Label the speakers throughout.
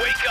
Speaker 1: Wake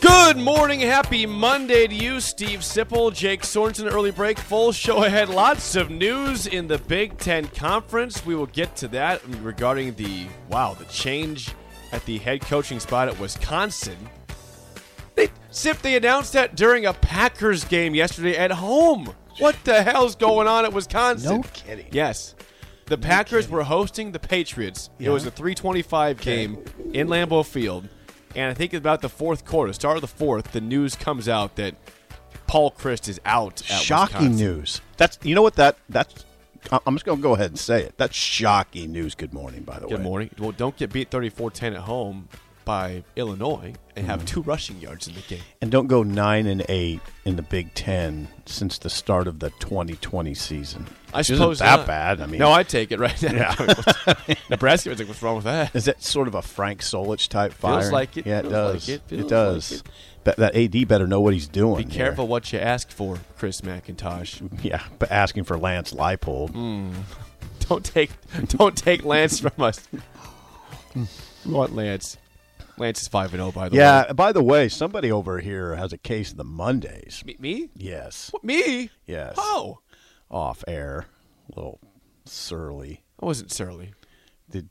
Speaker 2: Good morning, happy Monday to you, Steve Sipple, Jake Sorensen. Early break, full show ahead. Lots of news in the Big Ten Conference. We will get to that regarding the wow, the change at the head coaching spot at Wisconsin. They, Sip, they announced that during a Packers game yesterday at home. What the hell's going on at Wisconsin?
Speaker 3: No kidding.
Speaker 2: Yes. The Packers were hosting the Patriots. It was a 325 game in Lambeau Field. And I think about the fourth quarter, start of the fourth, the news comes out that Paul Christ is out at
Speaker 3: Shocking
Speaker 2: Wisconsin.
Speaker 3: news. That's you know what that that's. I- I'm just going to go ahead and say it. That's shocking news. Good morning, by the way.
Speaker 2: Good morning. Well, don't get beat 34-10 at home by Illinois and
Speaker 3: Mm.
Speaker 2: have two rushing yards in the game.
Speaker 3: And don't go nine and eight in the Big Ten since the start of the 2020 season.
Speaker 2: I
Speaker 3: Which
Speaker 2: suppose
Speaker 3: isn't that
Speaker 2: not.
Speaker 3: bad. I mean,
Speaker 2: No, I take it right now. Nebraska was like, what's wrong with that?
Speaker 3: is that sort of a Frank Solich type fire?
Speaker 2: like it,
Speaker 3: Yeah, it
Speaker 2: feels
Speaker 3: does.
Speaker 2: like it, feels
Speaker 3: does.
Speaker 2: like it.
Speaker 3: That, that AD better know what he's doing.
Speaker 2: Be careful what you ask for, Chris McIntosh.
Speaker 3: there. Yeah, but asking for Lance Leipold.
Speaker 2: Mm-hmm. Don't take don't take Lance from us. We want Lance. Lance is five and zero by the way.
Speaker 3: Yeah. By the way, somebody over here has a case of the Mondays.
Speaker 2: Me? Me?
Speaker 3: Yes.
Speaker 2: Me?
Speaker 3: Yes.
Speaker 2: Oh,
Speaker 3: Off air. A little surly.
Speaker 2: I wasn't surly.
Speaker 3: Did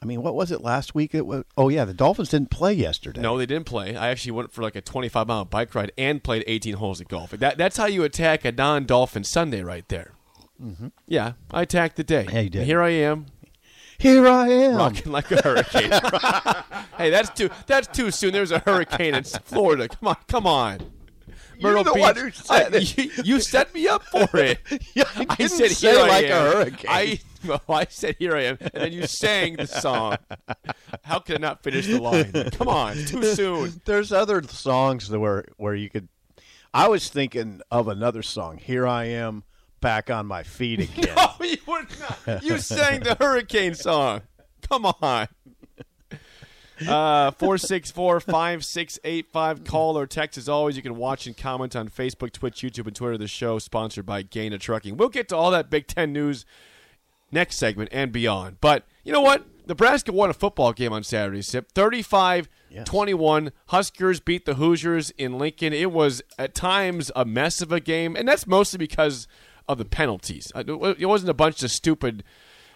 Speaker 3: I mean what was it last week? It was, oh yeah, the Dolphins didn't play yesterday.
Speaker 2: No, they didn't play. I actually went for like a 25 mile bike ride and played 18 holes at golf. That, that's how you attack a non Dolphin Sunday right there. Yeah, I attacked the day.
Speaker 3: Yeah, you did.
Speaker 2: And Here I am,
Speaker 3: Here I am.
Speaker 2: rocking like a hurricane. hey, that's too that's too soon. There's a hurricane in Florida. Come on, come on. Myrtle
Speaker 3: the
Speaker 2: Beach.
Speaker 3: one who said
Speaker 2: I-
Speaker 3: it.
Speaker 2: You, you set me up for it.
Speaker 3: Yeah, I didn't say
Speaker 2: "Here I
Speaker 3: like a
Speaker 2: am."
Speaker 3: hurricane.
Speaker 2: I well, I said here I am, and then you sang the song. How could I not finish the line? Come on, too soon.
Speaker 3: There's other songs that where where you could I was thinking of another song. Here I am back on my feet again.
Speaker 2: Oh, you were not. You sang the hurricane song. Come on. Uh, 464-5685. Call or text as always. You can watch and comment on Facebook, Twitch, YouTube, and Twitter. The show sponsored by Gaina Trucking. We'll get to all that Big Ten news next segment and beyond. But you know what? Nebraska won a football game on Saturday, Sip. 35 21. Huskers beat the Hoosiers in Lincoln. It was at times a mess of a game, and that's mostly because of the penalties. Uh, It wa- it wasn't a bunch of stupid,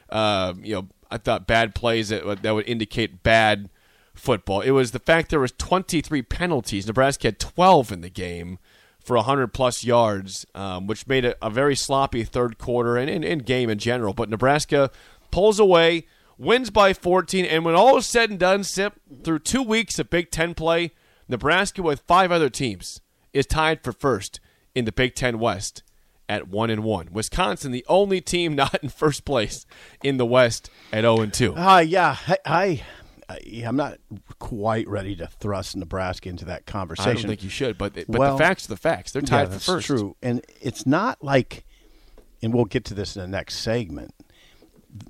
Speaker 2: uh, you know, I thought bad plays that, would- that would indicate bad football. It was the fact there was 23 penalties. Nebraska had 12 in the game for 100 plus yards, um, which made it a very sloppy third quarter and, and, and game in general. But Nebraska pulls away, wins by 14, and when all is said and done, Sip, through two weeks of Big Ten play, Nebraska with five other teams is tied for first in the Big Ten West at one and one. Wisconsin, the only team not in first place in the West at 0 and two.
Speaker 3: Uh, yeah, I, I, I, I'm not quite ready to thrust Nebraska into that conversation.
Speaker 2: I don't think you should, but but
Speaker 3: Well,
Speaker 2: the facts are the facts. They're tied
Speaker 3: yeah,
Speaker 2: for
Speaker 3: that's
Speaker 2: first.
Speaker 3: True, and it's not like, and we'll get to this in the next segment.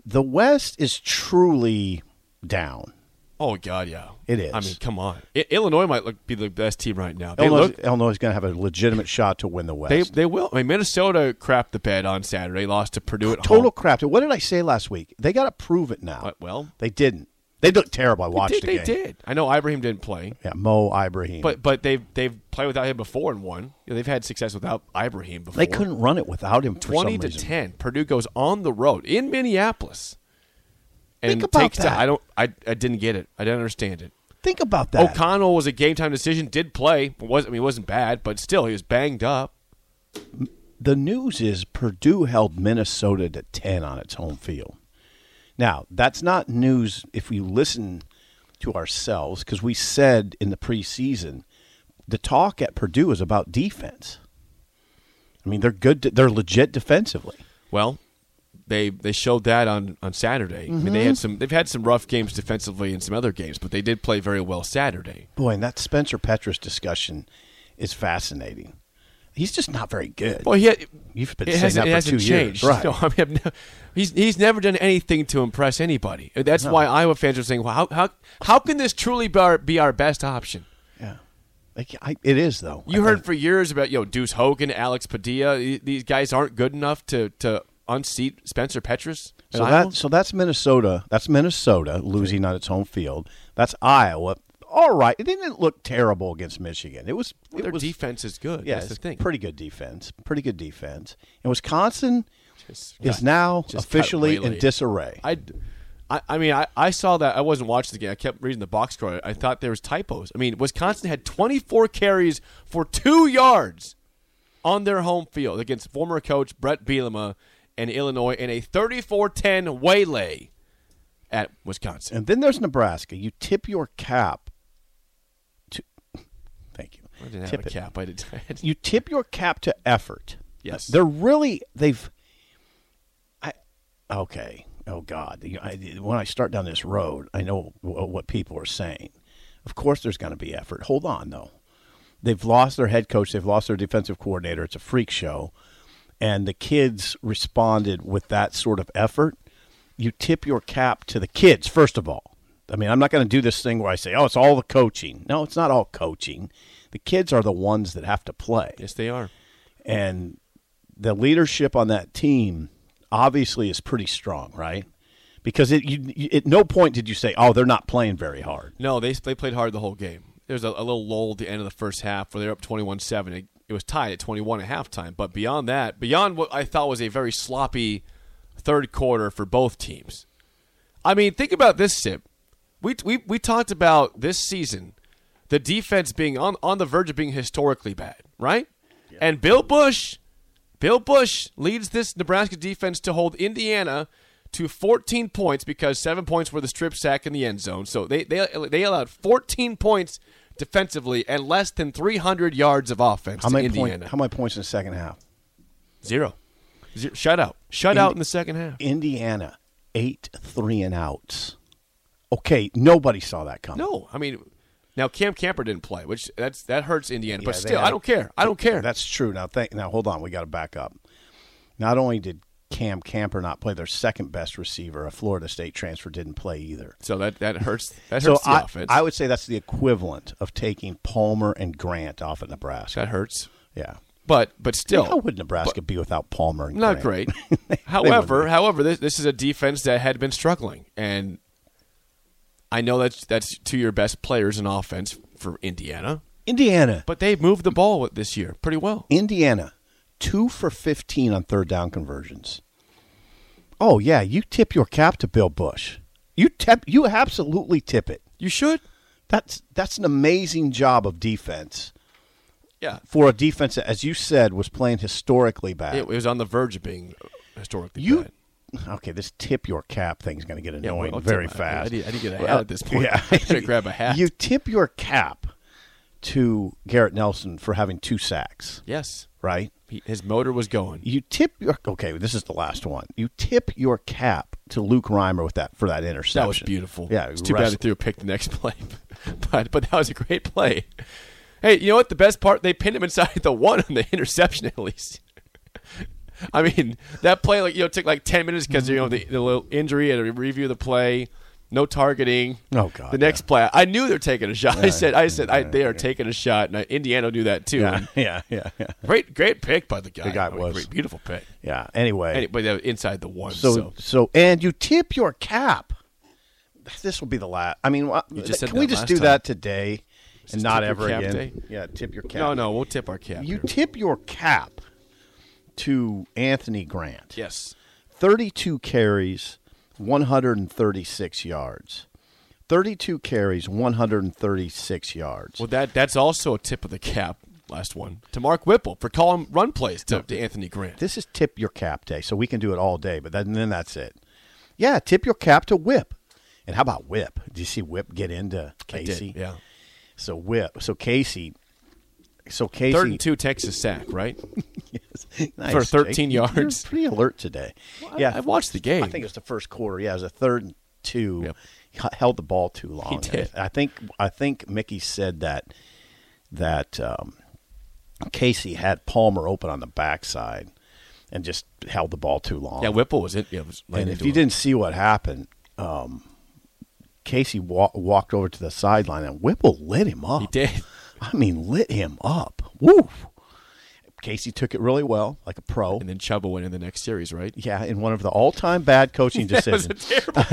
Speaker 3: The West is truly down.
Speaker 2: Oh God, yeah,
Speaker 3: It is.
Speaker 2: I mean, come on, I- Illinois might look, be the best team right now. They
Speaker 3: Illinois,
Speaker 2: look,
Speaker 3: Illinois is going to have a legitimate shot to win the West.
Speaker 2: they they will. I mean, Minnesota crapped the bed on Saturday, lost to Purdue at
Speaker 3: Total
Speaker 2: home.
Speaker 3: crap. What did I say last week? They got to prove it now.
Speaker 2: Uh, well-
Speaker 3: they didn't. They looked terrible. I watched
Speaker 2: Did,
Speaker 3: the
Speaker 2: they
Speaker 3: game.
Speaker 2: did? I know Ibrahim didn't play,
Speaker 3: Yeah, Mo Ibrahim.
Speaker 2: but but they've they've played without him before and won. You know, they've had success without Ibrahim before.
Speaker 3: they couldn't run it without him. For
Speaker 2: twenty
Speaker 3: some
Speaker 2: to
Speaker 3: reason.
Speaker 2: ten. Purdue goes on the road in Minneapolis and
Speaker 3: Think about
Speaker 2: takes.
Speaker 3: that.
Speaker 2: I don't. I I didn't get it. I didn't understand it.
Speaker 3: Think about that.
Speaker 2: O'Connell was a game time decision. Did play. Was I mean, he wasn't bad, but still he was banged up.
Speaker 3: the news is Purdue held Minnesota to 10 on its home field. Now, that's not news if we listen to ourselves because we said in the preseason the talk at Purdue is about defense. I mean, they're good, they're legit defensively.
Speaker 2: Well, they they showed that on on Saturday. I mean, they had some they've had some rough games defensively and some other games, but they did play very well Saturday.
Speaker 3: Boy, and that Spencer Petras discussion is fascinating. He's just not very good.
Speaker 2: Well, he had,
Speaker 3: You've been
Speaker 2: it
Speaker 3: saying
Speaker 2: hasn't,
Speaker 3: that
Speaker 2: it
Speaker 3: for
Speaker 2: hasn't
Speaker 3: two
Speaker 2: changed.
Speaker 3: years, right?
Speaker 2: No, I mean, I've no- he's he's never done anything to impress anybody. That's why Iowa fans are saying, well, how how how can this truly be our, be our best option?
Speaker 3: Yeah. Like, I, it is though.
Speaker 2: You
Speaker 3: I
Speaker 2: heard
Speaker 3: think-
Speaker 2: for years about yo Deuce Hogan, Alex Padilla. e- These guys aren't good enough to to unseat Spencer Petras. at
Speaker 3: so
Speaker 2: Iowa?
Speaker 3: that so that's Minnesota. That's Minnesota losing on its home field. That's Iowa. All right, it didn't look terrible against Michigan. It was it
Speaker 2: their
Speaker 3: was,
Speaker 2: defense is good.
Speaker 3: Yeah,
Speaker 2: that's the
Speaker 3: it's
Speaker 2: thing.
Speaker 3: Pretty good defense. Pretty good defense. And Wisconsin
Speaker 2: Just
Speaker 3: is
Speaker 2: got-
Speaker 3: now
Speaker 2: just got
Speaker 3: officially in
Speaker 2: waylaid.
Speaker 3: disarray.
Speaker 2: I, I, I mean, I, I saw that. I wasn't watching the game. I kept reading the box score. I thought there was typos. I mean, Wisconsin had 24 carries for two yards on their home field against former coach Brett Bielema and Illinois in a 34-10 waylay at Wisconsin.
Speaker 3: and then there's Nebraska. You tip your cap to Thank you.
Speaker 2: I didn't
Speaker 3: tip
Speaker 2: have a
Speaker 3: it.
Speaker 2: cap. I didn't.
Speaker 3: you tip your cap to effort.
Speaker 2: Yes.
Speaker 3: They're really they've I okay. Oh god. You- I, when I start down this road, I know w- what people are saying. Of course there's going to be effort. Hold on though. They've lost their head coach, they've lost their defensive coordinator. It's a freak show. And the kids responded with that sort of effort. You tip your cap to the kids first of all. I mean, I'm not going to do this thing where I say, "Oh, it's all the coaching." No, it's not all coaching. The kids are the ones that have to play
Speaker 2: yes, they are.
Speaker 3: and the leadership on that team obviously is pretty strong, right? Because it, you, you- at no point did you say, "Oh, they're not playing very hard."
Speaker 2: No, they they played hard the whole game. There's a, a little lull at the end of the first half where they're up 21-7. It, it was tied at 21 at halftime, but beyond that, beyond what I thought was a very sloppy third quarter for both teams. I mean, think about this, Sip. We we we talked about this season, the defense being on on the verge of being historically bad, right? And Bill Bush, Bill Bush leads this Nebraska defense to hold Indiana to 14 points because seven points were the strip sack in the end zone. So they they they allowed 14 points defensively and less than 300 yards of offense
Speaker 3: How
Speaker 2: to
Speaker 3: many
Speaker 2: Indiana.
Speaker 3: point, How many points in the second half?
Speaker 2: Zero. Zero. Shut out. Shut
Speaker 3: Ind-
Speaker 2: out in the second half.
Speaker 3: Indiana eight three and outs. Okay, nobody saw that coming.
Speaker 2: No, I mean, now Cam Camper didn't play, which that's that hurts Indiana. but
Speaker 3: Yeah, they
Speaker 2: still,
Speaker 3: had-
Speaker 2: I don't care. I don't care.
Speaker 3: That's true. Now, thank, now hold on. We got to back up. Not only did Cam Camper not play, their second best receiver, a Florida State transfer, didn't play either.
Speaker 2: so that that hurts. That
Speaker 3: So
Speaker 2: hurts the
Speaker 3: I,
Speaker 2: offense.
Speaker 3: I would say that's the equivalent of taking Palmer and Grant off of Nebraska.
Speaker 2: that hurts.
Speaker 3: Yeah.
Speaker 2: But but still,
Speaker 3: How would Nebraska be without Palmer? And
Speaker 2: not
Speaker 3: Grant?
Speaker 2: great. however, however, this this is a defense that had been struggling, and I know that's that's two of your best players in offense for Indiana,
Speaker 3: Indiana.
Speaker 2: but they've moved the ball with- this year pretty well.
Speaker 3: Indiana, two for 15 on third down conversions. Oh, yeah. You tip your cap to Bill Bush. You tip, you absolutely tip it.
Speaker 2: You should.
Speaker 3: That's that's an amazing job of defense
Speaker 2: Yeah,
Speaker 3: for a defense that, as you said, was playing historically bad.
Speaker 2: it, it was on the verge of being historically
Speaker 3: you
Speaker 2: bad.
Speaker 3: okay? This tip your cap thing's going to get
Speaker 2: Yeah, well,
Speaker 3: annoying
Speaker 2: I'll
Speaker 3: very
Speaker 2: tip my-
Speaker 3: fast.
Speaker 2: I didn't, I didn't get a hat
Speaker 3: Well,
Speaker 2: at this point.
Speaker 3: yeah.
Speaker 2: I should grab a hat.
Speaker 3: You tip your cap to Garrett Nelson for having two sacks,
Speaker 2: yes,
Speaker 3: right?
Speaker 2: He- his motor was going.
Speaker 3: You tip your okay. This is the last one. You tip your cap to Luke Reimer with that for that interception.
Speaker 2: That was beautiful.
Speaker 3: Yeah,
Speaker 2: it's too bad they
Speaker 3: wrestled.
Speaker 2: threw a pick the next play, but but that was a great play. Hey, you know what? The best part they pinned him inside the one on the interception at least. I mean, that play like you know took like ten minutes because you know the, the little injury and a review of the play, no targeting.
Speaker 3: Oh, God,
Speaker 2: The next play, I knew they're taking a shot. I said, I said, I, they are taking a shot, and I, Indiana knew that too. And
Speaker 3: Yeah, yeah, yeah,
Speaker 2: Great, great pick by the guy. The
Speaker 3: guy was.
Speaker 2: great, beautiful pick.
Speaker 3: yeah. Anyway,
Speaker 2: Anyway, but that was inside the one.
Speaker 3: so,
Speaker 2: So,
Speaker 3: so and you tip your cap. This will be the last. I mean, wha-
Speaker 2: just said
Speaker 3: can we
Speaker 2: that
Speaker 3: just
Speaker 2: last
Speaker 3: do
Speaker 2: time.
Speaker 3: that today and not
Speaker 2: tip your
Speaker 3: ever
Speaker 2: cap
Speaker 3: again?
Speaker 2: day?
Speaker 3: Yeah, tip your cap.
Speaker 2: no, no, we'll tip our cap.
Speaker 3: You
Speaker 2: here.
Speaker 3: tip your cap to Anthony Grant.
Speaker 2: yes.
Speaker 3: 32 carries, 136 yards. 32 carries, 136 yards.
Speaker 2: Well, that that's also a tip of the cap. Last one to Mark Whipple for calling run plays to, to Anthony Grant.
Speaker 3: this is tip your cap day, so we can do it all day, but then, then that's it. Yeah, tip your cap to Whip. And how about Whip? Did you see Whip get into
Speaker 2: I
Speaker 3: Casey?
Speaker 2: did, yeah.
Speaker 3: So Whip, so Casey So Casey,
Speaker 2: Third and two, Texas sack, right?
Speaker 3: Nice,
Speaker 2: for 13
Speaker 3: You're
Speaker 2: yards.
Speaker 3: pretty alert today.
Speaker 2: I, I watched the game.
Speaker 3: I think it was the first quarter. Yeah, it was a third and two.
Speaker 2: Yep.
Speaker 3: H- Held the ball too long.
Speaker 2: did.
Speaker 3: I think I think Mickey said that that um, Casey had Palmer open on the backside and just held the ball too long.
Speaker 2: yeah, Whipple was it. Yeah, it was
Speaker 3: and
Speaker 2: laying
Speaker 3: if
Speaker 2: into
Speaker 3: you
Speaker 2: him.
Speaker 3: didn't see what happened, um, Casey wa- walked over to the sideline and Whipple lit him up.
Speaker 2: he did.
Speaker 3: I mean, lit him up. Woo. Casey took it really well, like a pro.
Speaker 2: And then Chuba went in the next series, right?
Speaker 3: Yeah, in one of the all-time bad coaching
Speaker 2: That
Speaker 3: decisions.
Speaker 2: was a terrible-
Speaker 3: I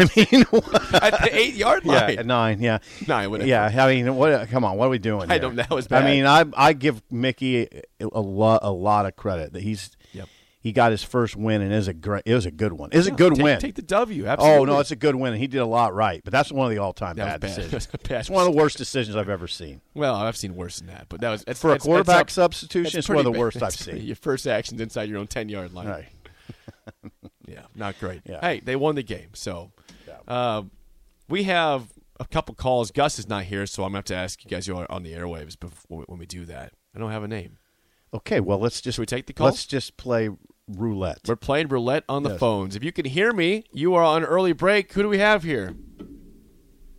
Speaker 3: mean,
Speaker 2: At the eight yard
Speaker 3: yeah,
Speaker 2: line.
Speaker 3: at nine, yeah,
Speaker 2: Nine, whatever.
Speaker 3: Yeah, I mean, what? Come on, what are we doing?
Speaker 2: I
Speaker 3: here?
Speaker 2: don't know, it's
Speaker 3: I
Speaker 2: bad.
Speaker 3: mean, I I give Mickey a, a lot a lot of credit that he's
Speaker 2: Yep.
Speaker 3: he got his first win and is a great it was a good one. It was a good
Speaker 2: take,
Speaker 3: win.
Speaker 2: Take the W. Absolutely.
Speaker 3: oh no, it's a good win. and He did a lot right, but that's one of the all-time
Speaker 2: That
Speaker 3: bad,
Speaker 2: was bad.
Speaker 3: decisions.
Speaker 2: That's a bad
Speaker 3: it's one of the worst decisions I've ever seen.
Speaker 2: well, I've seen worse than that, but that was that's,
Speaker 3: For a
Speaker 2: that's- that's
Speaker 3: quarterback
Speaker 2: up-
Speaker 3: substitution,
Speaker 2: that's
Speaker 3: it's one of
Speaker 2: pretty
Speaker 3: the
Speaker 2: bad.
Speaker 3: worst I've
Speaker 2: That's
Speaker 3: seen.
Speaker 2: pretty- Your first actions inside your own ten yard line.
Speaker 3: All right.
Speaker 2: Yeah, not great.
Speaker 3: Yeah.
Speaker 2: Hey, they won the game, so uh, we have a couple calls. Gus is not here, so I'm gonna have to ask you guys who are on the airwaves before when we do that. I don't have a name.
Speaker 3: Okay, well, let's just
Speaker 2: Should we take the call?
Speaker 3: Let's just play roulette.
Speaker 2: We're playing roulette on the
Speaker 3: Yes.
Speaker 2: phones. If you can hear me, you are on early break. Who do we have here?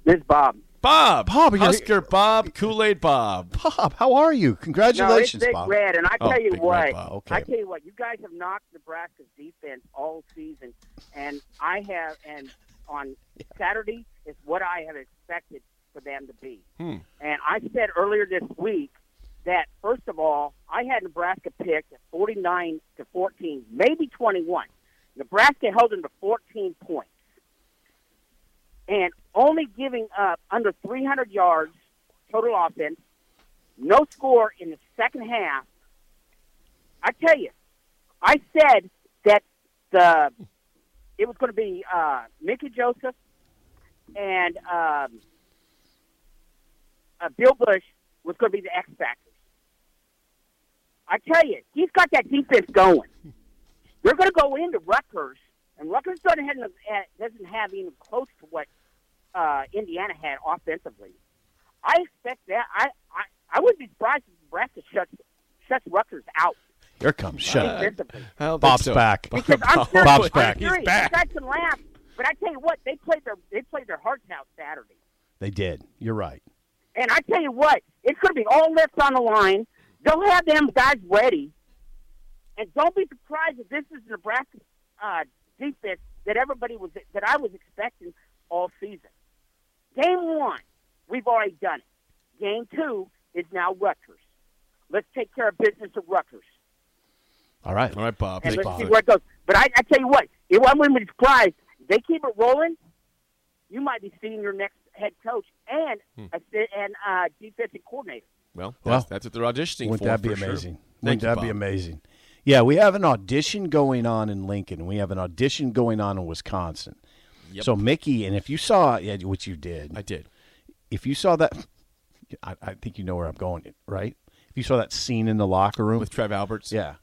Speaker 4: This Bob.
Speaker 2: Bob.
Speaker 3: Bob, you're-
Speaker 2: Husker Bob. Kool Aid Bob.
Speaker 3: Bob, how are you?
Speaker 4: No, it's
Speaker 3: Congratulations,
Speaker 4: Big
Speaker 3: Bob.
Speaker 4: Red, and I
Speaker 2: Oh,
Speaker 4: tell you
Speaker 2: Big
Speaker 4: what,
Speaker 2: Red
Speaker 3: Bob, okay.
Speaker 4: I tell you what, you guys have knocked Nebraska's defense all season, and I have, and on Saturday is what I had expected for them to be. And I said earlier this week that first of all, I had Nebraska picked at forty-nine to fourteen, maybe twenty-one. Nebraska held them to fourteen points, and only giving up under three hundred yards total offense no score in the second half. I tell you, I said that the it was going to be uh, Mickey Joseph and um, uh, Bill Bush was going to be the X factors. I tell you, he's got that defense going. They're going to go into Rutgers, and Rutgers doesn't have, doesn't have even close to what uh, Indiana had offensively. I expect that. I, I, I wouldn't be surprised if Nebraska shuts shuts Rutgers out
Speaker 3: Here comes. Shut up.
Speaker 4: defensively.
Speaker 2: I don't think
Speaker 3: Bob's
Speaker 2: so.
Speaker 3: back.
Speaker 4: Because I'm serious.
Speaker 3: Bob's
Speaker 4: I'm
Speaker 3: back.
Speaker 4: serious.
Speaker 3: He's back.
Speaker 4: You guys can laugh, but I tell you what, they played their they played their hearts out Saturday.
Speaker 3: They did. You're right.
Speaker 4: And I tell you what, it's going to be all left on the line. They'll have them guys ready, and don't be surprised if this is Nebraska uh, defense that everybody was that I was expecting all season. Game one, we've already done it. Game two is now Rutgers. Let's take care of business at Rutgers.
Speaker 3: All right.
Speaker 2: All right, Bob.
Speaker 4: and
Speaker 2: Thank
Speaker 4: let's
Speaker 2: you.
Speaker 4: see where it goes. But I, I tell you what, it, I wouldn't be surprised. They keep it rolling. You might be seeing your next head coach and
Speaker 2: Hmm.
Speaker 4: assi- and uh, defensive coordinator.
Speaker 2: Well, that's,
Speaker 3: Well,
Speaker 2: that's what they're auditioning
Speaker 3: Wouldn't
Speaker 2: for.
Speaker 3: that be
Speaker 2: for sure.
Speaker 3: amazing? Wouldn't
Speaker 2: Thank you,
Speaker 3: that be
Speaker 2: Bob.
Speaker 3: amazing? Yeah, we have an audition going on in Lincoln. We have an audition going on in Wisconsin.
Speaker 2: Yep.
Speaker 3: So Mickey, and if you saw, yeah, which you did,
Speaker 2: I did.
Speaker 3: if you saw that, I, I think you know where I'm going, right? If you saw that scene in the locker room,
Speaker 2: With Trev Alberts.
Speaker 3: yeah,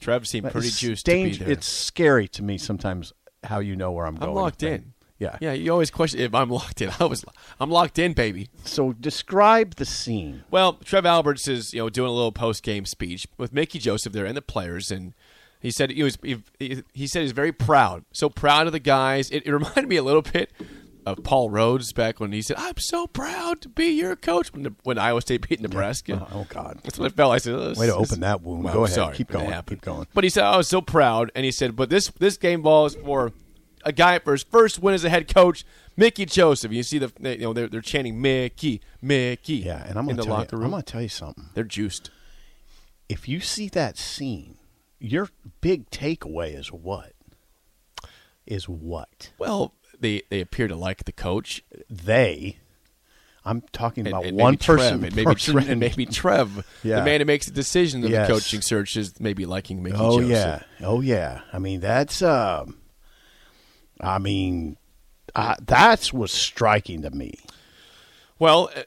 Speaker 2: Trev seemed pretty
Speaker 3: It's
Speaker 2: juiced
Speaker 3: dang-
Speaker 2: to be there.
Speaker 3: It's scary to me sometimes how you know where I'm going.
Speaker 2: I'm
Speaker 3: with
Speaker 2: locked
Speaker 3: things.
Speaker 2: in.
Speaker 3: Yeah.
Speaker 2: Yeah, you always question if I'm locked in. I was I'm locked in, baby.
Speaker 3: So describe the scene.
Speaker 2: Well, Trev Alberts is you know doing a little post game speech with Mickey Joseph there and the players, and he said he was he, he said he's very proud, so proud of the guys. It, it reminded me a little bit of Paul Rhodes back when he said, "I'm so proud to be your coach" when, when Iowa State beat Nebraska.
Speaker 3: Oh, oh, God.
Speaker 2: that's what it felt. like. I said, oh, this-
Speaker 3: Way to
Speaker 2: this-
Speaker 3: open that wound.
Speaker 2: Well,
Speaker 3: Go
Speaker 2: I'm
Speaker 3: ahead.
Speaker 2: sorry
Speaker 3: Keep
Speaker 2: that
Speaker 3: going.
Speaker 2: happened.
Speaker 3: Keep going.
Speaker 2: But he said, "I was so proud," and he said, "But this this game ball is for a guy for his first win as a head coach, Mickey Joseph." You see the you know they're, they're chanting Mickey, Mickey.
Speaker 3: Yeah, and I'm gonna
Speaker 2: in the
Speaker 3: tell
Speaker 2: locker
Speaker 3: you,
Speaker 2: room.
Speaker 3: I'm gonna tell you something.
Speaker 2: they're juiced.
Speaker 3: If you see that scene, your big takeaway is what? Is what
Speaker 2: Well, they they appear to like the coach.
Speaker 3: they? I'm talking
Speaker 2: And,
Speaker 3: about
Speaker 2: and
Speaker 3: one
Speaker 2: maybe Trev,
Speaker 3: person.
Speaker 2: and maybe
Speaker 3: person
Speaker 2: Trev, and
Speaker 3: in-
Speaker 2: maybe Trev,
Speaker 3: Yeah.
Speaker 2: the man who makes the decision of
Speaker 3: Yes.
Speaker 2: the coaching search, is maybe liking Mickey
Speaker 3: oh
Speaker 2: Joseph.
Speaker 3: yeah, oh yeah. I mean that's. Um, I mean, uh, that's was striking to me.
Speaker 2: Well, uh,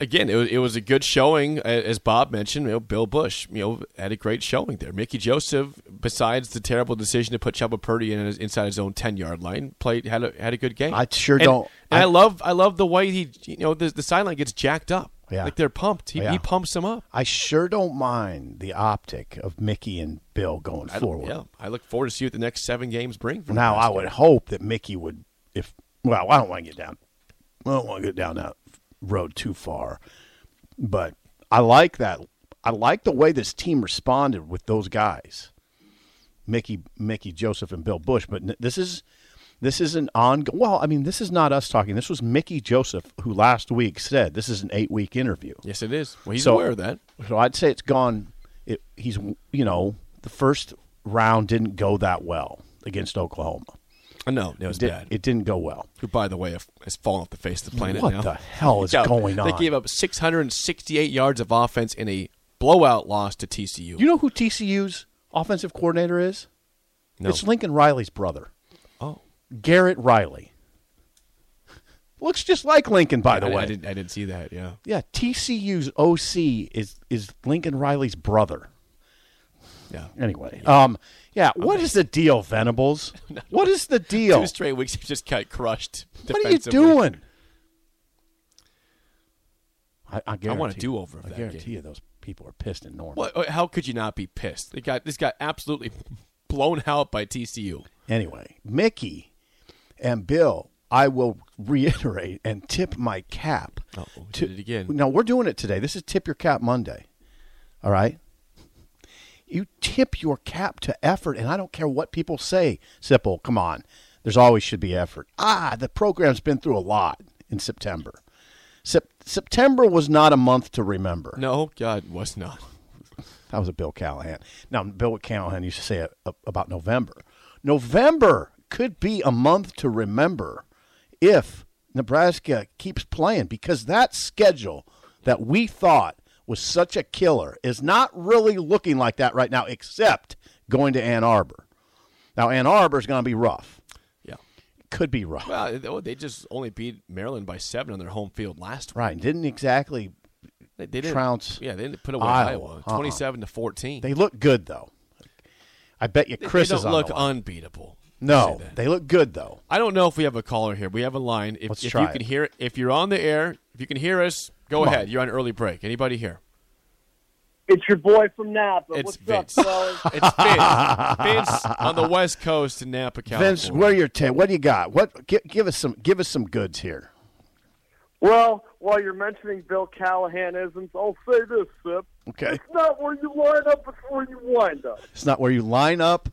Speaker 2: again, it was, it was a good showing, a- as Bob mentioned. You know, Bill Bush, you know, had a great showing there. Mickey Joseph, besides the terrible decision to put Chuba Purdy in his, inside his own ten yard line, played had a, had a good game.
Speaker 3: I sure
Speaker 2: And-
Speaker 3: don't-
Speaker 2: And I,
Speaker 3: I-
Speaker 2: love I love the way he you know the, the sideline gets jacked up.
Speaker 3: Yeah.
Speaker 2: Like they're pumped. He,
Speaker 3: Yeah.
Speaker 2: he pumps them up.
Speaker 3: I sure don't mind the optic of Mickey and Bill going
Speaker 2: I don't-
Speaker 3: forward.
Speaker 2: Yeah, I look forward to see what the next seven games bring. For
Speaker 3: Now I
Speaker 2: Nebraska.
Speaker 3: would hope that Mickey would if well, I don't want to get down I don't want to get down that road too far. But I like that I like the way this team responded with those guys. Mickey Mickey Joseph and Bill Bush, but n- this is this is an ongoing well, I mean this is not us talking. This was Mickey Joseph who last week said this is an 8-week interview.
Speaker 2: Yes, it is. Well, he's
Speaker 3: So-
Speaker 2: aware of that.
Speaker 3: So I'd say it's gone. It, he's you know the first round didn't go that well against Oklahoma.
Speaker 2: I know it was
Speaker 3: Did-
Speaker 2: bad.
Speaker 3: It didn't go well.
Speaker 2: Who, by the way, has fallen off the face of the planet.
Speaker 3: What
Speaker 2: now.
Speaker 3: the hell is
Speaker 2: Yeah,
Speaker 3: going
Speaker 2: They
Speaker 3: on?
Speaker 2: gave up 668 yards of offense in a blowout loss to TCU.
Speaker 3: You know who TCU's offensive coordinator is?
Speaker 2: No.
Speaker 3: It's Lincoln Riley's brother,
Speaker 2: oh,
Speaker 3: Garrett Riley. Looks just like Lincoln, by the
Speaker 2: I,
Speaker 3: way.
Speaker 2: I didn't, I didn't see that. Yeah,
Speaker 3: Yeah, TCU's OC is is Lincoln Riley's brother.
Speaker 2: yeah.
Speaker 3: Anyway, um, yeah. What is the deal, Venables? What is the deal?
Speaker 2: Two straight weeks, he just got crushed.
Speaker 3: What are you
Speaker 2: defensively.
Speaker 3: doing? I, I,
Speaker 2: I want a
Speaker 3: guarantee-
Speaker 2: do-over of
Speaker 3: I
Speaker 2: that
Speaker 3: guarantee
Speaker 2: game.
Speaker 3: you those people are pissed and normal.
Speaker 2: What, uh, how could you not be pissed? They got this got absolutely blown out by TCU.
Speaker 3: Anyway, Mickey and Bill, I will reiterate and tip my cap.
Speaker 2: Oh, we did it again.
Speaker 3: No, we're doing it today. This is Tip Your Cap Monday. All right? You tip your cap to effort, and I don't care what people say. Sipple, come on. There's always should be effort. Ah, the program's been through a lot in September. Sep- September was not a month to remember.
Speaker 2: No, God was not.
Speaker 3: That was a Bill Callahan. Now, Bill Callahan used to say it a- about November. November could be a month to remember if Nebraska keeps playing because that schedule that we thought was such a killer is not really looking like that right now, except going to Ann Arbor. Now, Ann Arbor is going to be rough.
Speaker 2: Yeah.
Speaker 3: Could be rough.
Speaker 2: Well, they- oh, they just only beat Maryland by seven on their home field last week.
Speaker 3: Right. Didn't exactly.
Speaker 2: They, they didn't
Speaker 3: Trounce
Speaker 2: Yeah, they didn't put away
Speaker 3: Iowa.
Speaker 2: Iowa,
Speaker 3: Uh-uh.
Speaker 2: twenty-seven to fourteen.
Speaker 3: They look good, though. I bet you
Speaker 2: They-
Speaker 3: Chris
Speaker 2: they don't
Speaker 3: is on
Speaker 2: look
Speaker 3: the line.
Speaker 2: unbeatable. I'll
Speaker 3: No,
Speaker 2: say that.
Speaker 3: they look good, though.
Speaker 2: I don't know if we have a caller here. We have a line. If,
Speaker 3: Let's
Speaker 2: if
Speaker 3: try
Speaker 2: you
Speaker 3: it.
Speaker 2: can hear it, if you're on the air, if you can hear us, go ahead. You're on early break. Anybody here?
Speaker 5: It's your boy from Napa.
Speaker 2: It's
Speaker 5: What's
Speaker 2: Vince.
Speaker 5: up, fellas?
Speaker 2: It's Vince. Vince on the west coast in Napa, California.
Speaker 3: Vince, where are your ta- what do you got? What give, give us some give us some goods here.
Speaker 5: well, while you're mentioning Bill Callahanisms, I'll say this, Sip.
Speaker 3: Okay,
Speaker 5: It's not where you line up, it's where you wind up.
Speaker 3: it's not where you line up;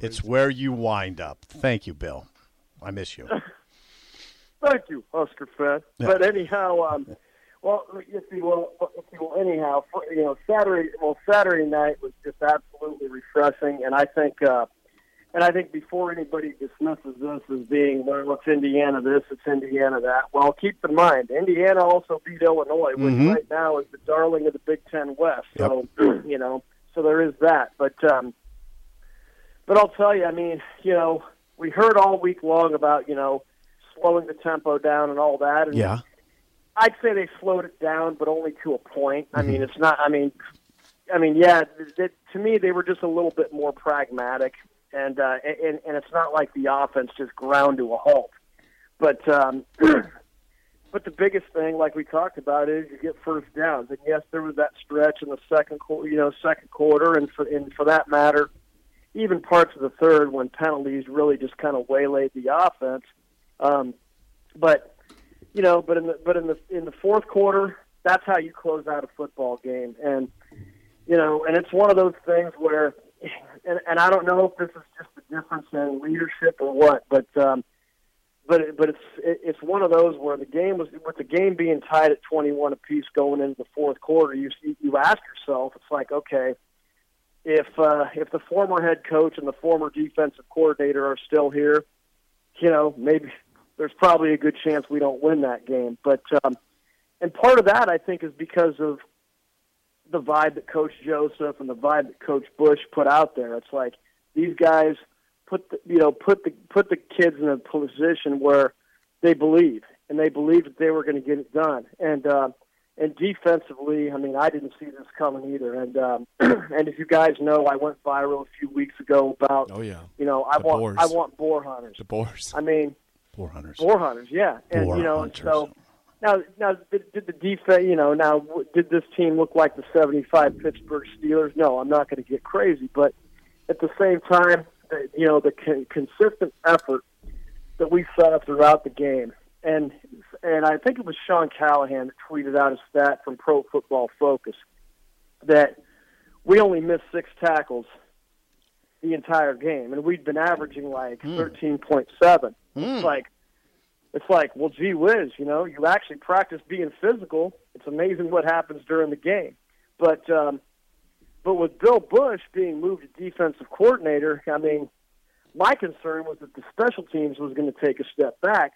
Speaker 3: it's where you wind up. Thank you, Bill. I miss you.
Speaker 5: Thank you, Husker fan. But anyhow, um, well, if you will, if you will, anyhow, for- you know, Saturday, well, Saturday night was just absolutely refreshing, and I think, uh, and I think before anybody dismisses this as being, well, it's Indiana this, it's Indiana that. Well, keep in mind, Indiana also beat Illinois, which right now is the darling of the Big Ten West. So, you know, so there is that, but. um but I'll tell you, I mean, you know, we heard all week long about, you know, slowing the tempo down and all that. And
Speaker 3: Yeah,
Speaker 5: I'd say they slowed it down, but only to a point. I mean, it's not, I mean, I mean, yeah, th- th- to me, they were just a little bit more pragmatic. And, uh, and, and it's not like the offense just ground to a halt. But, um, but the biggest thing, like we talked about, is you get first downs. And yes, there was that stretch in the second quarter, you know, second quarter, and for, and for that matter, even parts of the third when penalties really just kind of waylaid the offense. Um, but you know, but in the but in the in the fourth quarter, that's how you close out a football game, and you know, and it's one of those things where, and and I don't know if this is just the difference in leadership or what, but um, but but it's it, it's one of those where the game was with the game being tied at twenty one apiece going into the fourth quarter, you you ask yourself, it's like okay if uh, if the former head coach and the former defensive coordinator are still here, you know, maybe there's probably a good chance we don't win that game. But um, and part of that I think is because of the vibe that Coach Joseph and the vibe that Coach Bush put out there. It's like these guys put the, you know put the put the kids in a position where they believe and they believed that they were going to get it done. And uh, and defensively, I mean, I didn't see this coming either. And um, and if you guys know, I went viral a few weeks ago about
Speaker 2: Oh yeah,
Speaker 5: you know I
Speaker 2: The
Speaker 5: want
Speaker 2: Boers.
Speaker 5: I want boar hunters.
Speaker 2: the Boers.
Speaker 5: I mean,
Speaker 3: four hunters.
Speaker 5: boar hunters, yeah, and
Speaker 3: Boar
Speaker 5: you know,
Speaker 3: hunters.
Speaker 5: so Now, now did, did the defense? You know, now w- did this team look like the '75 Pittsburgh Steelers? No, I'm not going to get crazy, but at the same time, the- you know, the con- consistent effort that we saw throughout the game, and and I think it was Sean Callahan that tweeted out a stat from Pro Football Focus that we only missed six tackles the entire game, and we'd been averaging like 13.7. It's like it's like, well, gee whiz, you know, you actually practice being physical. It's amazing what happens during the game. But um, but with Bill Bush being moved to defensive coordinator, I mean, my concern was that the special teams was going to take a step back,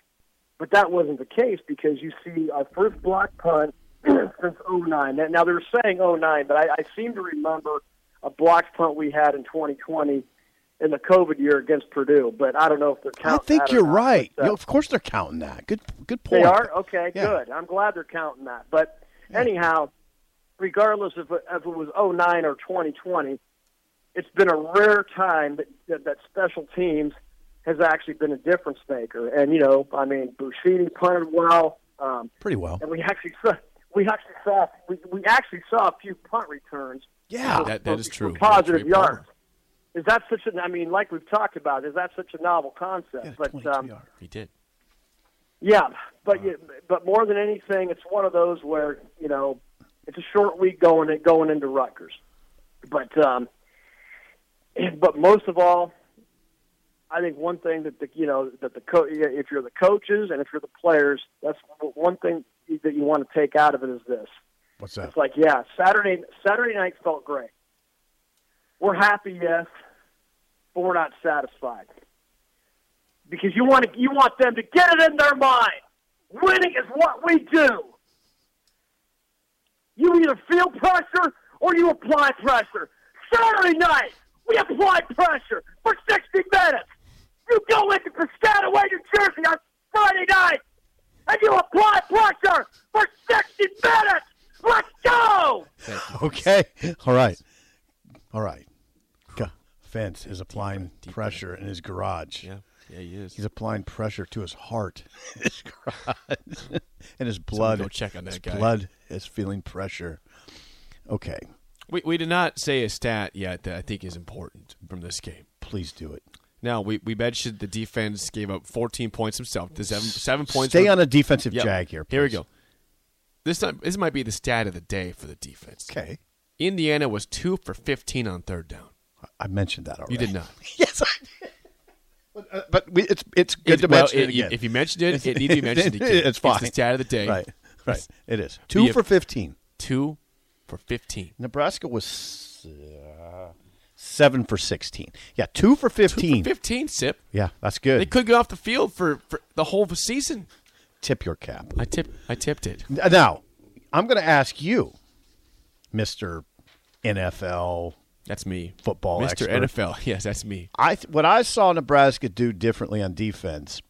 Speaker 5: but that wasn't the case because you see our first block punt since 09. Now, now they're saying 09, but I, I seem to remember a blocked punt we had in 2020 in the COVID year against Purdue, but I don't know if they're
Speaker 3: I
Speaker 5: counting.
Speaker 3: think
Speaker 5: that or
Speaker 3: you're
Speaker 5: not,
Speaker 3: right.
Speaker 5: but, uh,
Speaker 3: You- of course they're counting that. Good good point.
Speaker 5: they are okay.
Speaker 3: Yeah.
Speaker 5: Good. I'm glad they're counting that. But anyhow, regardless of if it was 09 or 2020, it's been a rare time that, that that special teams has actually been a difference maker. And you know, I mean, Bushini punted well, um,
Speaker 3: Pretty well.
Speaker 5: and we actually saw we actually saw we, we actually saw a few punt returns.
Speaker 3: Yeah.
Speaker 5: for-
Speaker 2: That- that
Speaker 5: for-
Speaker 2: is
Speaker 5: for
Speaker 2: true.
Speaker 5: Positive
Speaker 2: Trey Palmer.
Speaker 5: yards. Is that such an? I mean, like we've talked about, is that such a novel concept?
Speaker 3: Yeah,
Speaker 5: but
Speaker 3: 22
Speaker 5: um,
Speaker 3: yards.
Speaker 2: He did.
Speaker 5: yeah, but you, but more than anything, it's one of those where you know it's a short week going in- going into Rutgers, but um, but most of all, I think one thing that the you know that the co- if you're the coaches and if you're the players, that's one thing that you want to take out of it is this:
Speaker 3: What's that?
Speaker 5: it's like, yeah, Saturday Saturday night felt great. We're happy, yes, but we're not satisfied because you want to, you want them to get it in their mind. Winning is what we do. You either feel pressure or you apply pressure. Saturday night, we applied pressure for 60 minutes. You go into Piscataway, New Jersey on Friday night, and you apply pressure for 60 minutes. Let's go!
Speaker 3: Okay. All right. All right. Ca- Fence is applying pressure in his garage.
Speaker 2: Yeah. Yeah, he is.
Speaker 3: He's applying pressure to his heart, his garage, and his blood.
Speaker 2: go check on
Speaker 3: his
Speaker 2: that guy.
Speaker 3: Blood is feeling pressure. Okay,
Speaker 2: We, we did not say a stat yet that I think is important from this game.
Speaker 3: please do it.
Speaker 2: Now, we, we mentioned the defense gave up 14 points himself. The seven, seven points.
Speaker 3: Stay
Speaker 2: were-
Speaker 3: on a defensive
Speaker 2: Yep.
Speaker 3: jag here.
Speaker 2: Here we
Speaker 3: please.
Speaker 2: go. This time, this might be the stat of the day for the defense.
Speaker 3: Okay,
Speaker 2: Indiana was two for 15 on third down.
Speaker 3: I mentioned that already.
Speaker 2: You did not.
Speaker 3: yes, I did. But, uh, But we, it's it's good
Speaker 2: It's-
Speaker 3: to
Speaker 2: well,
Speaker 3: mention
Speaker 2: it-
Speaker 3: it again.
Speaker 2: if you mentioned it, it needs to be mentioned again.
Speaker 3: it's
Speaker 2: It's
Speaker 3: fine.
Speaker 2: the stat of the day.
Speaker 3: Right, right. It is
Speaker 2: Be
Speaker 3: two
Speaker 2: a-
Speaker 3: for fifteen.
Speaker 2: Two for 15.
Speaker 3: Nebraska was uh, seven for sixteen. Yeah, two for fifteen.
Speaker 2: 15, Sip.
Speaker 3: Yeah, that's good.
Speaker 2: They could get off the field for, for the whole season.
Speaker 3: Tip your cap.
Speaker 2: I tipped, I tipped it.
Speaker 3: Now, I'm going to ask you, Mister NFL.
Speaker 2: That's me.
Speaker 3: Football
Speaker 2: Mr.
Speaker 3: expert.
Speaker 2: NFL. Yes, that's me.
Speaker 3: I th- what I saw Nebraska do differently on defense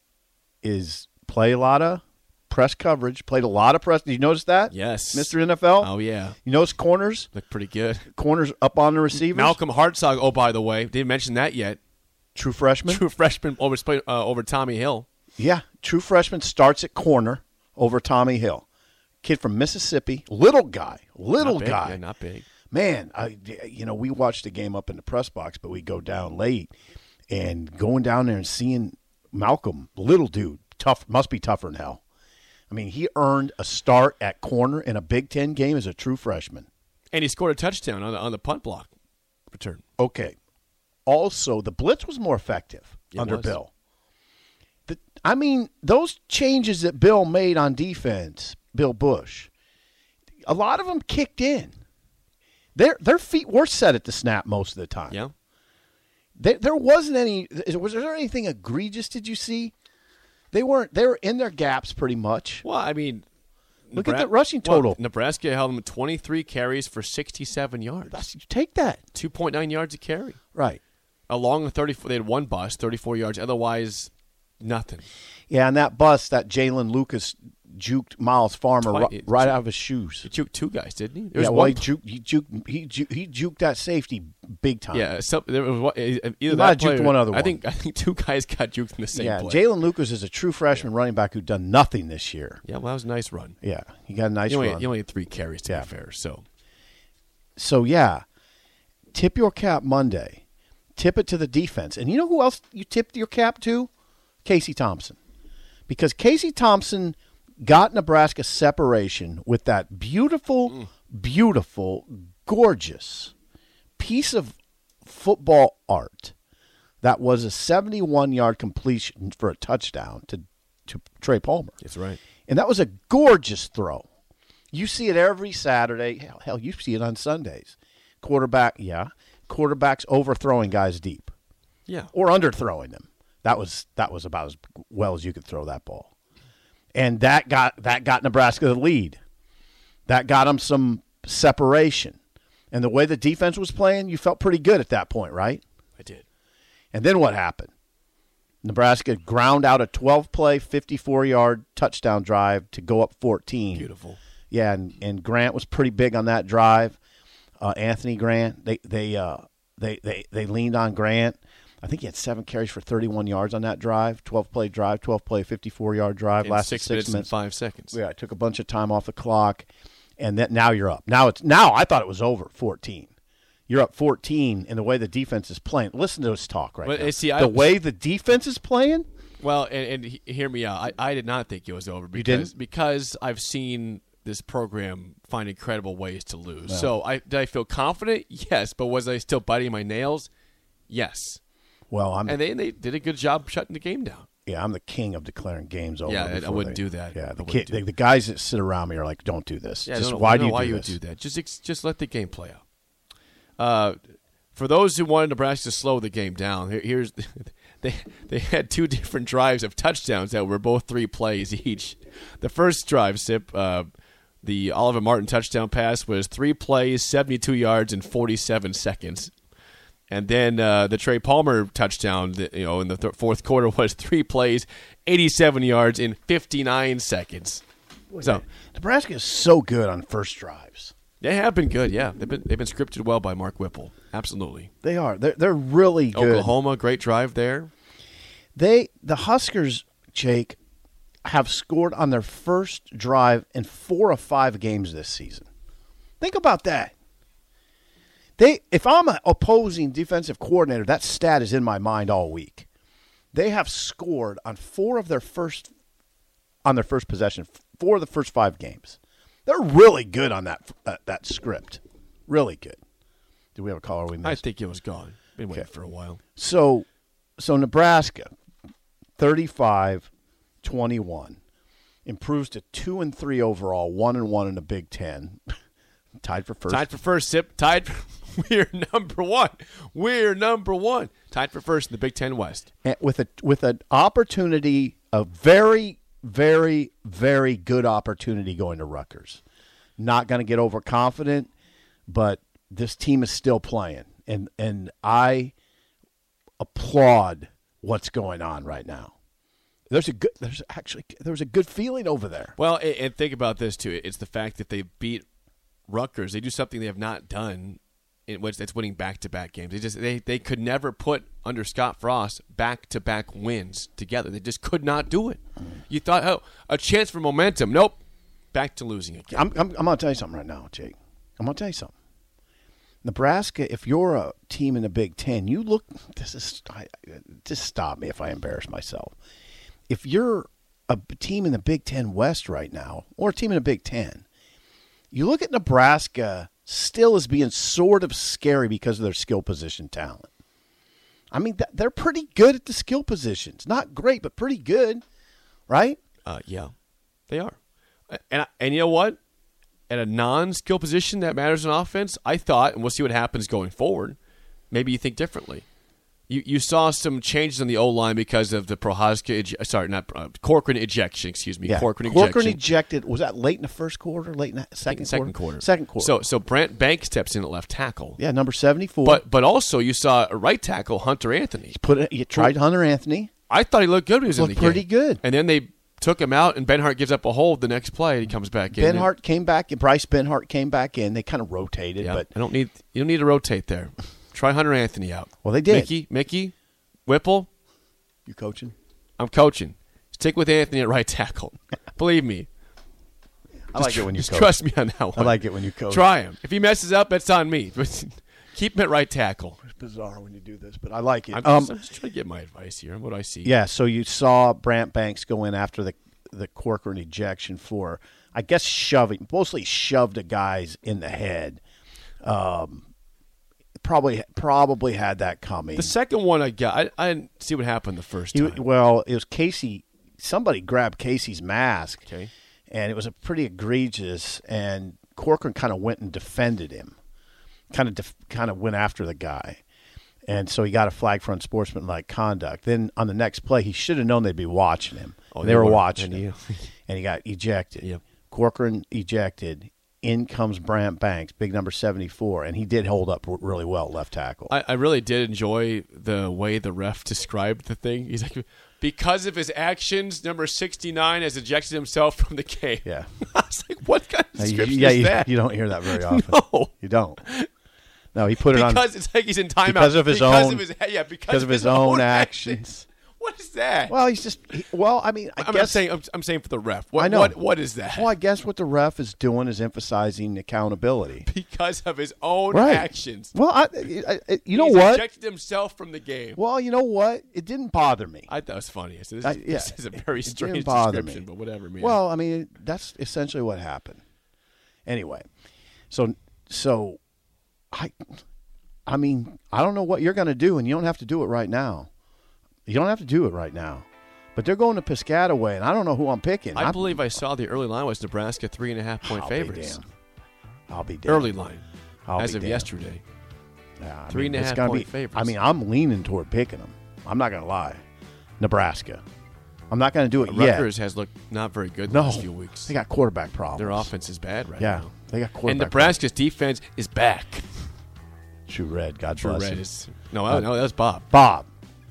Speaker 3: is play a lot of press coverage. Played a lot of press. Did you notice that?
Speaker 2: Yes.
Speaker 3: Mister NFL.
Speaker 2: Oh, yeah.
Speaker 3: You notice corners,
Speaker 2: Looked pretty good.
Speaker 3: corners up on the receivers.
Speaker 2: Malcolm Hartsog, oh, by the way, didn't mention that yet.
Speaker 3: true freshman.
Speaker 2: True freshman over, uh, over Tommy Hill.
Speaker 3: Yeah, true freshman starts at corner over Tommy Hill, kid from Mississippi, little guy, little
Speaker 2: Not big.
Speaker 3: guy.
Speaker 2: Yeah, not big.
Speaker 3: man, I, you know, we watched the game up in the press box, but we go down late and going down there and seeing Malcolm, little dude, tough, must be tougher than hell. I mean, he earned a start at corner in a Big Ten game as a true freshman.
Speaker 2: And he scored a touchdown on the, on the punt block return.
Speaker 3: Okay. Also, the blitz was more effective
Speaker 2: It
Speaker 3: under
Speaker 2: was.
Speaker 3: Bill. The, I mean, those changes that Bill made on defense, Bill Bush, a lot of them kicked in. Their their feet were set at the snap most of the time.
Speaker 2: Yeah.
Speaker 3: There, there wasn't any. Was there anything egregious? Did you see? They weren't. They were in their gaps pretty much.
Speaker 2: Well, I mean,
Speaker 3: Look at the rushing
Speaker 2: well,
Speaker 3: total.
Speaker 2: Nebraska held them 23 carries for 67 yards,
Speaker 3: That's- Take that.
Speaker 2: 2.9 yards a carry.
Speaker 3: Right.
Speaker 2: Along the 34, they had one bust, 34 yards. Otherwise, nothing.
Speaker 3: Yeah, and that bus, that Jalen Lucas juked Miles Farmer
Speaker 2: Twice.
Speaker 3: ri- right out of his shoes.
Speaker 2: He juked two guys, didn't he? There
Speaker 3: Yeah,
Speaker 2: was
Speaker 3: well,
Speaker 2: one
Speaker 3: he juked, he juked, he juked, he juked that safety big time.
Speaker 2: Yeah, some, there was one, eh, either
Speaker 3: might have
Speaker 2: that play
Speaker 3: juked
Speaker 2: or-
Speaker 3: one other
Speaker 2: I
Speaker 3: one.
Speaker 2: think I think two guys got juked in the same
Speaker 3: yeah.
Speaker 2: play.
Speaker 3: Jalen Lucas is a true freshman running back who done nothing this year.
Speaker 2: yeah, well, that was a nice run.
Speaker 3: Yeah, he got a nice
Speaker 2: You only,
Speaker 3: run.
Speaker 2: you only had three carries to
Speaker 3: Yeah.
Speaker 2: be fair. So
Speaker 3: so yeah, tip your cap Monday. Tip it to the defense, and you know who else you tipped your cap to? Casey Thompson, because Casey Thompson got Nebraska separation with that beautiful, beautiful, gorgeous piece of football art that was a 71-yard completion for a touchdown to to Trey Palmer.
Speaker 2: that's right.
Speaker 3: And that was a gorgeous throw. You see it every Saturday. Hell, hell, you see it on Sundays. Quarterback, yeah. Quarterbacks overthrowing guys deep
Speaker 2: Yeah,
Speaker 3: or underthrowing them. That was that was about as well as you could throw that ball. And that got that got Nebraska the lead. That got them some separation. And the way the defense was playing, you felt pretty good at that point, right?
Speaker 2: I did.
Speaker 3: And then what happened? Nebraska ground out a 12 play, 54 yard touchdown drive to go up 14.
Speaker 2: Beautiful.
Speaker 3: Yeah, and, and Grant was pretty big on that drive. Uh, Anthony Grant, they they, uh, they they they leaned on Grant. I think he had seven carries for 31 yards on that drive, 12 play drive, 12 play, 54 yard drive.
Speaker 2: In
Speaker 3: Last
Speaker 2: six, minutes, and five seconds.
Speaker 3: yeah, I took a bunch of time off the clock, and that now you're up. Now it's now I thought it was over. Fourteen, you're up fourteen, and the way the defense is playing. Listen to this talk right
Speaker 2: Well,
Speaker 3: now.
Speaker 2: eh, see,
Speaker 3: the
Speaker 2: I-
Speaker 3: way the defense is playing.
Speaker 2: Well, and, and he- hear me out. I, I did not think it was over because
Speaker 3: didn't?
Speaker 2: because I've seen this program find incredible ways to lose. So I did I feel confident? Yes, but was I still biting my nails? Yes.
Speaker 3: Well, I'm
Speaker 2: And they they did a good job shutting the game down.
Speaker 3: yeah, I'm the king of declaring games over.
Speaker 2: Yeah, I- I
Speaker 3: before
Speaker 2: wouldn't
Speaker 3: they-
Speaker 2: do that. I
Speaker 3: Yeah, the,
Speaker 2: wouldn't
Speaker 3: kid,
Speaker 2: do
Speaker 3: the,
Speaker 2: that.
Speaker 3: the guys that sit around me are like, "Don't do this."
Speaker 2: Yeah, I
Speaker 3: Just
Speaker 2: don't know- I
Speaker 3: why
Speaker 2: don't
Speaker 3: do
Speaker 2: know
Speaker 3: you
Speaker 2: why
Speaker 3: do
Speaker 2: you would
Speaker 3: this?
Speaker 2: do that? Just ex- just let the game play out. Uh, for those who wanted Nebraska to slow the game down, here, here's they they had two different drives of touchdowns that were both three plays each. The first drive, sip. Uh, the Oliver Martin touchdown pass was three plays, 72 yards, and 47 seconds. And then uh, the Trey Palmer touchdown, that, you know, in the th- fourth quarter was three plays, 87 yards, in 59 seconds. So
Speaker 3: Nebraska is so good on first drives.
Speaker 2: they have been good, yeah. They've been they've been scripted well by Mark Whipple. Absolutely.
Speaker 3: They are. They're, they're really good.
Speaker 2: Oklahoma, great drive there.
Speaker 3: They the Huskers, Jake, have scored on their first drive in four or five games this season. Think about that. They if I'm an opposing defensive coordinator, that stat is in my mind all week. They have scored on four of their first on their first possession, four of the first five games. They're really good on that uh, that script. Really good. Do we have a caller we missed?
Speaker 2: I think it was gone. Been waiting for a while.
Speaker 3: So, so Nebraska, 35-21, improves to two and three overall, one and one in the Big Ten, tied for first.
Speaker 2: Tied for first, sip. Tied for, we're number one. We're number one. Tied for first in the Big Ten West.
Speaker 3: and with a with an opportunity, a very, very, very good opportunity going to Rutgers. Not going to get overconfident, but this team is still playing, and and I applaud what's going on right now. There's a good. There's actually there was a good feeling over there.
Speaker 2: Well, and, and think about this too. It's the fact that they beat Rutgers. They do something they have not done, in which that's winning back to back games. They just they, they could never put under Scott Frost back to back wins together. They just could not do it. You thought, oh, a chance for momentum. Nope, back to losing again.
Speaker 3: I'm, I'm, I'm going to tell you something right now, Jake. I'm going to tell you something. Nebraska, if you're a team in the Big Ten, you look. This is I, I- just stop me if I embarrass myself. If you're a b- team in the Big Ten West right now, or a team in the Big Ten, you look at Nebraska still as being sort of scary because of their skill position talent. I mean, th- they're pretty good at the skill positions. Not great, but pretty good, right?
Speaker 2: Uh, yeah, they are. And I- and you know what? At a non-skill position that matters in offense, I thought, and we'll see what happens going forward. Maybe you think differently. You you saw some changes on the O line because of the Prohaska, ej- sorry, not uh, Corcoran ejection. Excuse me, Corcoran, ejection.
Speaker 3: ejected. Was that late in the first quarter? Late in the
Speaker 2: I think
Speaker 3: second,
Speaker 2: second quarter.
Speaker 3: Second quarter.
Speaker 2: So so Brant Bank steps in at left tackle.
Speaker 3: yeah, number seventy-four.
Speaker 2: But but also you saw a right tackle Hunter Anthony.
Speaker 3: put it, you tried Hunter Anthony.
Speaker 2: I thought he looked good. When he was in
Speaker 3: Looked
Speaker 2: the game.
Speaker 3: pretty good.
Speaker 2: And then they took him out, and Ben Hart gives up a hold the next play, and he comes back in.
Speaker 3: Ben Hart came back, and Bryce Ben Hart came back in. They kind of rotated,
Speaker 2: Yeah,
Speaker 3: but
Speaker 2: I don't need you don't need to rotate there. Try Hunter Anthony out.
Speaker 3: Well, they did.
Speaker 2: Mickey, Mickey, Whipple.
Speaker 3: you coaching?
Speaker 2: I'm coaching. Stick with Anthony at right tackle. Believe me.
Speaker 3: I
Speaker 2: Just
Speaker 3: like it
Speaker 2: tr-
Speaker 3: when you
Speaker 2: just
Speaker 3: coach.
Speaker 2: trust me on that one.
Speaker 3: I like it when you coach.
Speaker 2: Try him. If he messes up, it's on me. But keep him at right tackle.
Speaker 3: It's bizarre when you do this, but I like it.
Speaker 2: I'm,
Speaker 3: um,
Speaker 2: just, I'm just trying to get my advice here. What do I see?
Speaker 3: yeah. So you saw Brant Banks go in after the the Corcoran ejection for, I guess, shoving mostly shoved a guy's in the head. Um, probably probably had that coming.
Speaker 2: The second one I got, I, I didn't see what happened the first
Speaker 3: He-
Speaker 2: time.
Speaker 3: well, it was Casey. Somebody grabbed Casey's mask,
Speaker 2: Okay.
Speaker 3: and it was a pretty egregious. And Corcoran kind of went and defended him, kind of def- kind of went after the guy, and so he got a flag for unsportsmanlike conduct. Then on the next play, he should have known they'd be watching him.
Speaker 2: Oh,
Speaker 3: And
Speaker 2: they
Speaker 3: they were
Speaker 2: were.
Speaker 3: watching
Speaker 2: And
Speaker 3: him, and he got ejected.
Speaker 2: Yep.
Speaker 3: Corcoran ejected. In comes Brant Banks, big number seventy-four, and he did hold up w- really well at left tackle.
Speaker 2: I, I really did enjoy the way the ref described the thing. He's like, because of his actions, number 69 has ejected himself from the game.
Speaker 3: Yeah.
Speaker 2: I was like, what kind of
Speaker 3: Now, you-
Speaker 2: description
Speaker 3: yeah,
Speaker 2: is
Speaker 3: you,
Speaker 2: that?
Speaker 3: you don't hear that very often.
Speaker 2: No.
Speaker 3: You don't. No, he put it on
Speaker 2: because it's like he's in timeout.
Speaker 3: because of his
Speaker 2: because
Speaker 3: own-
Speaker 2: Of his, yeah, because,
Speaker 3: because of his own actions.
Speaker 2: What is that?
Speaker 3: Well, he's just. He, well, I mean, I
Speaker 2: I'm
Speaker 3: guess
Speaker 2: not saying I'm, I'm saying for the ref. What,
Speaker 3: I know.
Speaker 2: What, what is that?
Speaker 3: Well, I guess what the ref is doing is emphasizing accountability.
Speaker 2: Because of his own
Speaker 3: Right.
Speaker 2: actions.
Speaker 3: Well, I, I, I- you know
Speaker 2: he's
Speaker 3: what?
Speaker 2: ejected himself from the game.
Speaker 3: well, you know what? It didn't bother me.
Speaker 2: I thought it was funny. I said, this,
Speaker 3: I-
Speaker 2: is,
Speaker 3: yeah.
Speaker 2: this is a very
Speaker 3: It didn't
Speaker 2: strange
Speaker 3: bother
Speaker 2: description,
Speaker 3: me.
Speaker 2: but whatever, man.
Speaker 3: Well, I mean, that's essentially what happened. Anyway, so so, I, I mean, I don't know what you're going to do, and you don't have to do it right now. You don't have to do it right now. But they're going to Piscataway, and I don't know who I'm picking.
Speaker 2: I
Speaker 3: I'm-
Speaker 2: believe I saw the early line was Nebraska three and a half point
Speaker 3: I'll be
Speaker 2: favorites.
Speaker 3: damned. I'll be damned.
Speaker 2: Early line,
Speaker 3: I'll
Speaker 2: as
Speaker 3: be
Speaker 2: of
Speaker 3: damned.
Speaker 2: yesterday.
Speaker 3: Yeah, I
Speaker 2: Three and a
Speaker 3: it's
Speaker 2: half
Speaker 3: gonna
Speaker 2: point
Speaker 3: be,
Speaker 2: favorites.
Speaker 3: I mean, I'm leaning toward picking them. I'm not going to lie. Nebraska. I'm not going to do it yet.
Speaker 2: Rutgers has looked not very good the
Speaker 3: no.
Speaker 2: last few weeks.
Speaker 3: They got quarterback problems.
Speaker 2: Their offense is bad right
Speaker 3: Yeah,
Speaker 2: now.
Speaker 3: they got quarterback.
Speaker 2: And Nebraska's defense is back.
Speaker 3: problems. True Red. God
Speaker 2: True
Speaker 3: bless
Speaker 2: Red
Speaker 3: him.
Speaker 2: is no, I- no, that was Bob.
Speaker 3: Bob.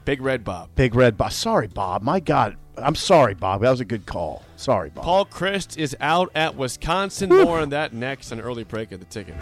Speaker 2: Big Red Bob.
Speaker 3: Big Red Bob. Sorry, Bob. My God. I'm sorry, Bob. That was a good call. Sorry, Bob.
Speaker 2: Paul Christ is out at Wisconsin. More on that next. An early break at the ticket.